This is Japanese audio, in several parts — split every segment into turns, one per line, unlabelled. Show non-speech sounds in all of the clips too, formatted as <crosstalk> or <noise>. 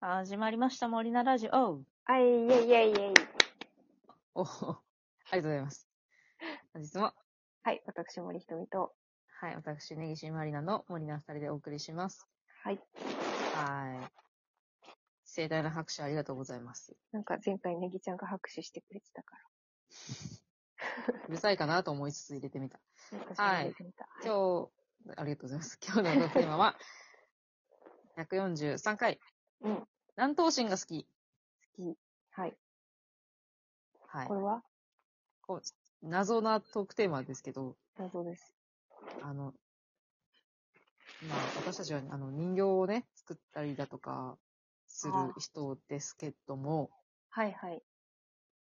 始まりました、森菜ラジオ。
あい、イェイイェイイェイ。
お <laughs> お、ありがとうございます。本日も、
はい、私、森ひとみと。
はい、私、根岸まりなの森菜二人でお送りします。
はい。
はーい。盛大な拍手ありがとうございます。
なんか前回ネギちゃんが拍手してくれてたか
うるさいかなと思いつつ入れてみた。
ら。なんかそういうの出てみた。はい。
今日、ありがとうございます。 <laughs> 今日のテーマは、143回、
うん。好
南東神が好き。
き。はい。
はい
こ。れは
こう謎なトークテーマですけど、
謎です。
あの、まあ、私たちは、あの、人形をね、作ったりだとか、する
ああ
人ですけども、
はいはい。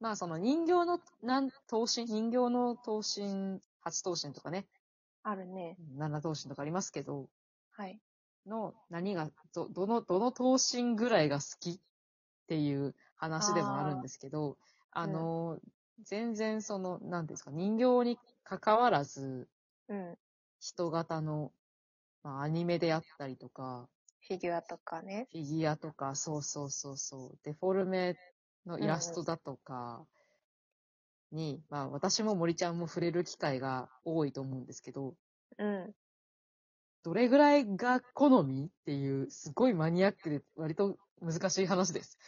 まあ、その人形の、なん、頭身、人形の頭身、八頭身とかね、
あるね。
七頭身とかありますけど、
はい。
の、何が、ど、どの、どの頭身ぐらいが好きっていう話でもあるんですけど、あ
うん
の、全然その、なんていうんですか、人形に関わらず、
うん。
人型の、まあ、アニメであったりとか、
フィギュアとかね。
フィギュアとか、そうそうそうそう、デフォルメのイラストだとかに、まあ私も森ちゃんも触れる機会が多いと思うんですけど、
うん。
どれぐらいが好みっていう、すごいマニアックで割と難しい話 <laughs> です。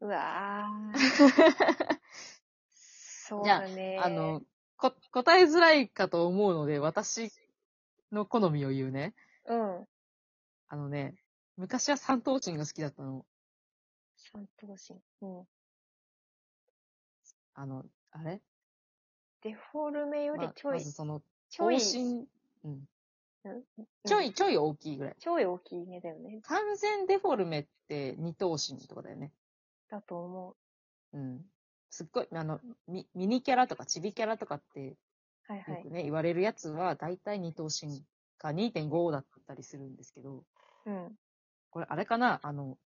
うわー。 <laughs> そうだね。
あ、の、こ、答えづらいかと思うので、私の好みを言うね。
うん。
あのね、昔は三頭身が好きだったの。
三頭身。うん。
あの、あれ
デフォルメより
ま
ちょ
ま
い
ず、その、
ち
頭
ょい、
身、うん。
うん
ちょい、ちょい大きいぐらい。
ちょい大きい目だよね。
完全デフォルメって二頭身とかだよね。
だと思う。
うん。すっごい、あの、ミミニキャラとかチビキャラとかってよ
はいはい
く。ね、言われるやつは、だいたい二頭身か2.5だったりするんですけど、
うん。
これあれかなあの、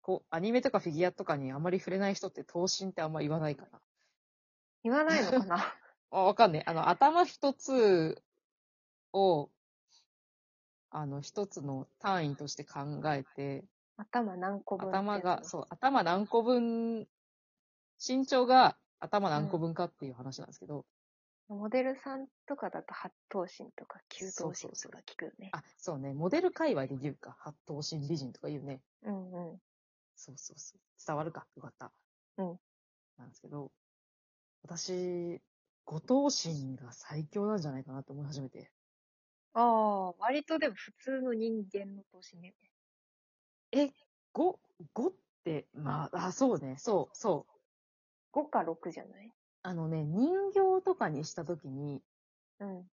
こう、アニメとかフィギュアとかにあまり触れない人って頭身ってあんま言わないかな。
言わないのかな <laughs>
あ、わかんない。あの、頭一つを、あの、一つの単位として考えて、
頭何個分ってや
頭
つ
が、そう、頭何個分、身長が頭何個分かっていう話なんですけど、
モデルさんとかだと八頭身とか九頭身
そうそ
と
う
か聞くよね。
あ、そうね、モデル界隈で言うか、八頭身美人とか言うね。
うんうん。
そうそうそう。伝わるか、よかった。
うん。
なんですけど、私、五頭身が最強なんじゃないかなと思い始めて。
ああ、割とでも普通の人間の頭身だよね。
五、五って、まあ、あ、そうね、そう、そう。
5か6じゃない
あのね、人形とかにした時に
うん。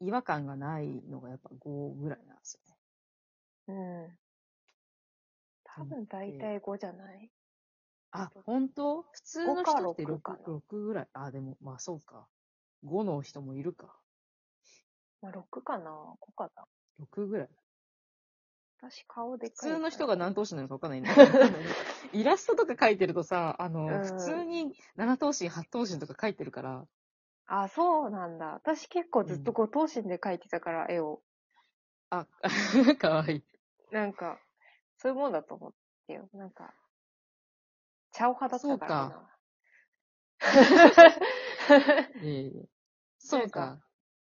違和感がないのがやっぱ5ぐらいなんですよね。
うん。多分大体5じゃない
あ、本当普通の人って
5
6
か6か、
6ぐらい。あ、でも、まあそうか。5の人もいるか。
まあ6かな ?5 かな
6ぐらい。
私顔で
普
かいから。
通の人が何頭身なのか分かんないね。わかん
<laughs>
ないねイラストとか描いてるとさ、あの、
うん
普通に7頭身、8頭身とか描いてるから、
あ、そうなんだ。私結構ずっと5頭身で描いてたから、絵を。
あ、 <laughs> かわいい。
なんか、そういうもんだと思ってよ。なんか、茶を派だったからな。
<laughs> いえいえそうか。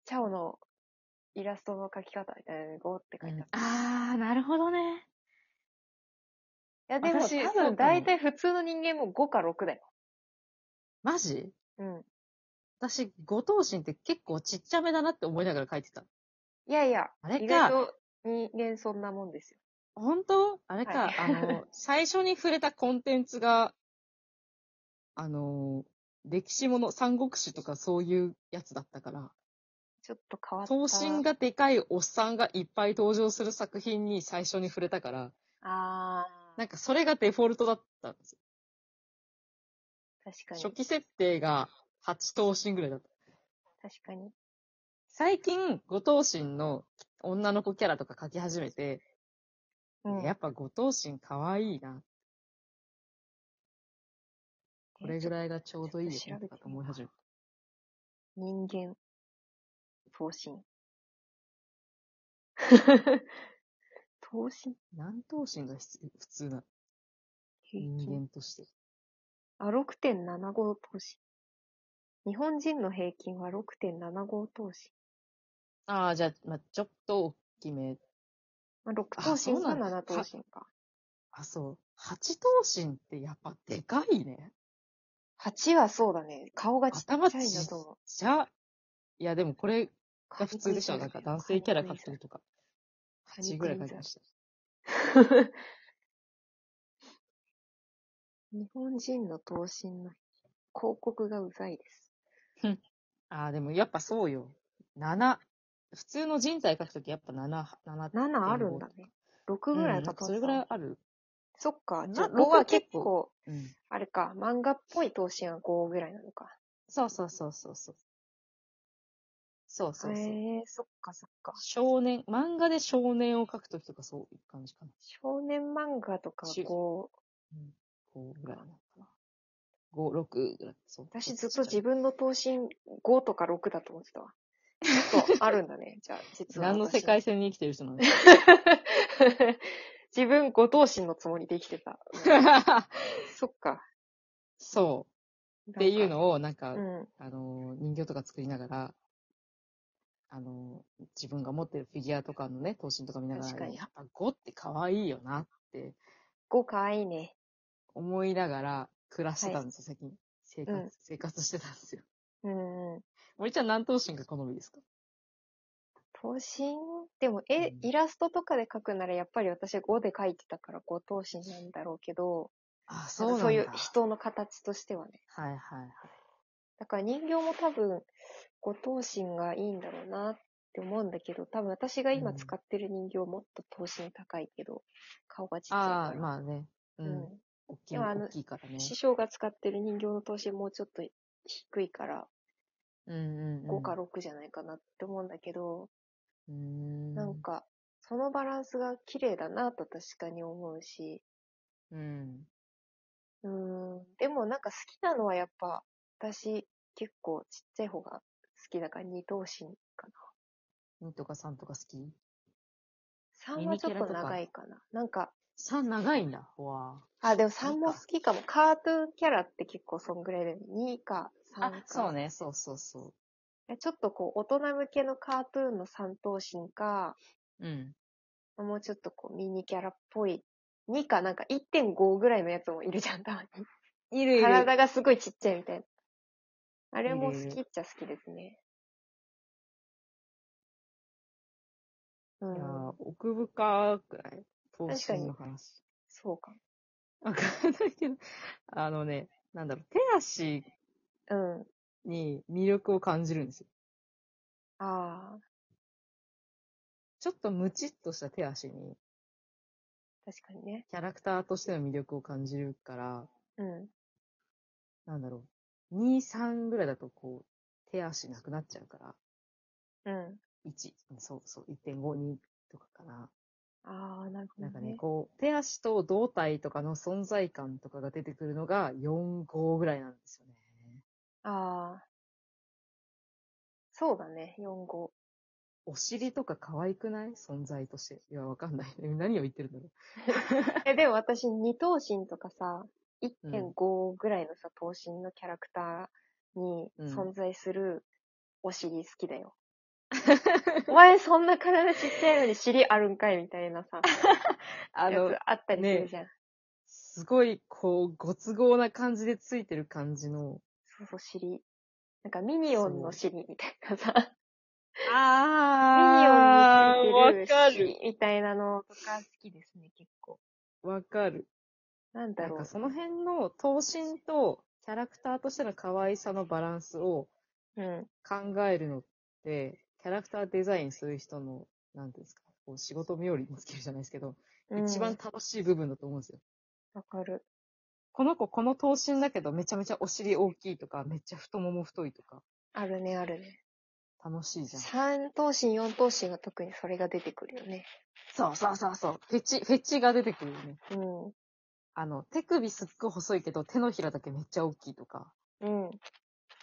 チャオのイラストの描き方みたいなのに5って書いてある。
あー、なるほどね。
いやでも
私
多
そうかも
分大体普通の人間も5か6だよ。
マジ
うん。
私、5頭身って結構ちっちゃめだなって思いながら描いてた。
いやいや、
あれ
意
か
外と人間そんなもんですよ。
本当あれか、
はい
あ
<laughs>
の、最初に触れたコンテンツが、あの、歴史もの、三国志とかそういうやつだったから、
ちょっと変わった。
頭身がでかいおっさんがいっぱい登場する作品に最初に触れたから、
あー
なんかそれがデフォルトだったんですよ。
確かに。
初期設定が8頭身ぐらいだった。
確かに。
最近、五頭身の女の子キャラとか描き始めて、
うん。
やっぱ五頭身可愛いな。これぐらいがちょうどいいよ
ち
ね
ょっと調べてみよ
とかと思
う
い始めた。
人間、頭身。 <laughs> 頭身
何頭身が必普通なの人間として。
あ、6.75投資。日本人の平均は6.75投資。
ああ、じゃあ、まあ、ちょっと大きめ。
まあ、6
あ
投信
そうな
か
んだ
7投信か。
あ、そう。八頭身ってやっぱでかいね。
8はそうだね。顔がちっちゃいん
頭ちっ
だと思う。
ちゃ。いや、でもこれが
が
普通でしょ。なんか男性キャラ描くとか。
カニ
8
ク
ぐら
イ
い
ズ
描きました。
日本人の投信の広告がうざいです。
ああ、でもやっぱそうよ。7。普通の人体描くときやっぱ7、7
7あるんだね。6ぐらいか
うん
と
そ
思
れ
っ
ぐ
た
らいある。
そっか。じゃあ
な
5は結
六
構、
うん。
あれか、漫画っぽい投信は5ぐらいなのか。
そうそうそうそうそう。そうそうそう。
へえ、そっかそっか。
少年、漫画で少年を描くときとかそういう感じかな。
少年漫画とかは
し
こう、
5ぐらいなのかな。5、6ぐらい。そう
私ずっと自分の投信5とか6だと思って
<laughs>
たわ。ちょっとあるんだね。じゃあ、実は私。
何の世界線に生きてる人なんですか
<laughs> 自分5投信のつもりで生き
<laughs>
てた。そっか。
そう。
<laughs>
っていうのを、なんか、
なんか。うん。
あのー、人形とか作りながら、あのー、自分が持ってるフィギュアとかのね、頭身とか見ながら、
確かに
やっぱ5って可愛いよなって
5かわいいね。
思いながら暮らしてたんですよ、最近。生活、
うん
生活してたんですよ。
うんうん。
森ちゃん何頭身が好みですか
等身でも、え、
うん
イラストとかで描くならやっぱり私5で描いてたから5等身なんだろうけど、
あ、
なんかそういう人の形としてはね。
はいはいはい。
だから人形も多分5等身がいいんだろうなって思うんだけど、多分私が今
うん
使ってる人形もっと等身高いけど、顔がちっちゃい
あ
か
あ、
ら。
まあね。う。
うんん。
大きい、
でもあの
大きいからね。
師匠が使ってる人形の等身もうちょっと低いから、
うんうん、うん。
5か6じゃないかなって思うんだけど、
うーん。
なんか、そのバランスが綺麗だなと確かに思うし、
うん。
うーん、でもなんか好きなのはやっぱ、私結構ちっちゃい方が好きだから二等身か
2とか3とか好き
な。3はちょっと
ミニキャラとか
長いかな。なんか、
?3 長いんだ。うわ
あ、でも3
い
も
い
好
か
きかも。カートゥーンキャラって結構そんぐらいだよね。2か3
あ
か。、
そうね。そうそうそ
ね。ちょっとこう、大人向けのカートゥーンの3等身か、
う。うん。
もうちょっとこう、ミニキャラっぽい。2かなんか1.5ぐらいのやつもいるじゃん、たまに。
いるいる。
体がすごいちっちゃいみたいな。あれも好
いるい
き
る
っちゃ好きですね。う
いやー
ん。
奥深くない投
確かに
身の話。
そうか。
わかんないけど、あのね、なんだろう、手足
うん。
に魅力を感じるんですよ。
ああ、
ちょっとムチっとした手足に、
確かにね。
キャラクターとしての魅力を感じるから、
うん。
なんだろう、2、3ぐらいだとこう、手足なくなっちゃうから、
うん。
1、うんそうそう、1.5、2とかかな。
ああ、なるほ
な
ど、
ん
ね。
かね、こう、手足と胴体とかの存在感とかが出てくるのが4、5ぐらいなんですよね。
ああ。そうだね、4号。
お尻とか可愛くない存在として。いや、わかんない。 <laughs> 何を言ってるんだろ
<laughs> え、でも私、二等身とかさ、
うん
1.5ぐらいのさ、等身のキャラクターに
うん
存在するお尻好き
<laughs>
だよ。お前そんな体ちっちゃいのに尻あるんかいみたいな
<laughs>
さ、
う。あ
や
の
つ、あったりするじゃん。
すごい、こう、ご都合な感じでついてる感じの。
そうそう、尻。なんかミニオンの尻みたいな <laughs> さ、ミニ
あ
オンについてる尻。みたいなのとか好きですね、結構。
わかる。
なんだ
なん
ろう
か。その辺の等身とキャラクターとしての可愛さのバランスを
うん。
考えるのって、キャラクターデザインする人の、なんていうんですか、こう仕事冥利につけるじゃないですけど、
うん
一番楽しい部分だと思うんですよ。
わかる。
この子この頭身だけどめちゃめちゃお尻大きいとか、めっちゃ太もも太いとか、
あるね、あるね。
楽しいじゃん。
三等身、四等身は特にそれが出てくるよね。
そうそうそうそう。フェチ、フェチが出てくるよね。
うん。
あの、手首すっごい細いけど手のひらだけめっちゃ大きいとか、
うん。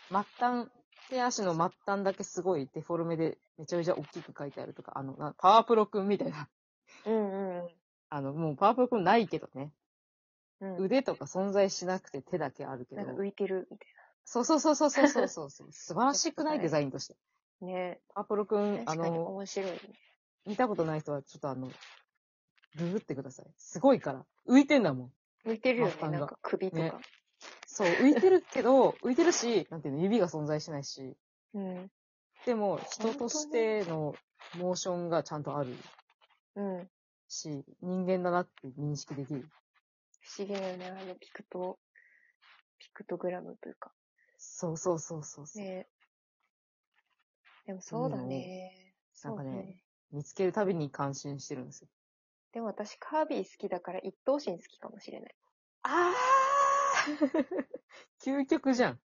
末端、手足の末端だけすごいデフォルメでめちゃめちゃ大きく書いてあるとか、あの、なパワープロくんみたいな。
うんうんうん。
あの、もうパワープロくんないけどね。
うん。
腕とか存在しなくて手だけあるけど
なん。か浮いてるみたい
そうそうそうそうそうそうそうそう。 <laughs> 素晴らしくないデザインとして。
な。ね
アポロくん、あ
確かに
の、
面白いね。
見たことない人はちょっとあの、ググってください。すごいから。浮いてんだもん。
浮いてるよ
パ
ね
ンパ。ンが
なんか首とか。
ねそう、浮いてるけ <laughs> ど、浮いてるし、なんていうの、指が存在しないし。
うん。
でも、人としてのモーションがちゃんとある
うん。
し、人間だなって認識できる。
不思議だよね。あの、ピクト、ピクトグラムというか。
そうそうそうそうそう。
ねでもそうだね。
な
そ
ん
う
か
だ
ね見つけるたびに感心してるんですよ。
でも私、カービィ好きだから一等身好きかもしれない。
あー <laughs> 究極じゃん。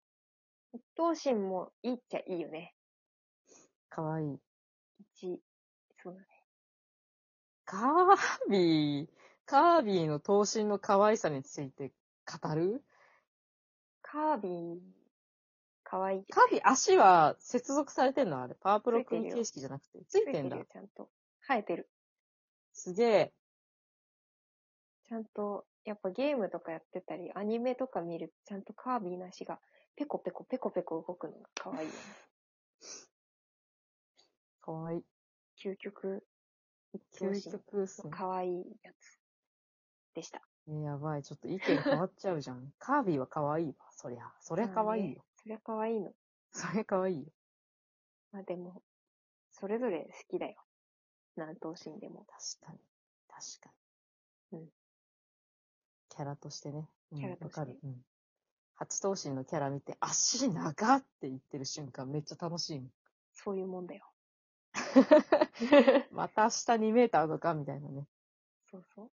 一等身もいいっちゃいいよね。
かわいい。
一、そうだね。
カービィ、カービィの頭身の可愛さについて語る
カービィ、かわいい。
カービィ足は接続されてんのあれ。パワープロ組
ついてるよ
形式じゃなくて。つい
ついて
てん
る
だ
よ。、ちゃんと。生えてる。
すげえ。
ちゃんと、やっぱゲームとかやってたり、アニメとか見ると、ちゃんとカービィな足が、ペコペコペコペコ動くのが可愛いよね。
かわいい。
究極、一等
究
身の
極っすね。
可愛いやつでした。
えやばい。ちょっと意見変わっちゃう
<laughs>
じゃん。カービィは可愛いわ。そりゃ。そりゃ可愛いよ。
そりゃ可愛いの。
そりゃ可愛いよ。
まあでも、それぞれ好きだよ。何頭身でも。
確かに。確かに。
うん。
キャラとしてね。うん
キャラとして
わかる。うん。八頭身のキャラ見て、足長って言ってる瞬間めっちゃ楽しいもん。
そういうもんだよ。
また下2メーターとかみたいなね。
そうそう。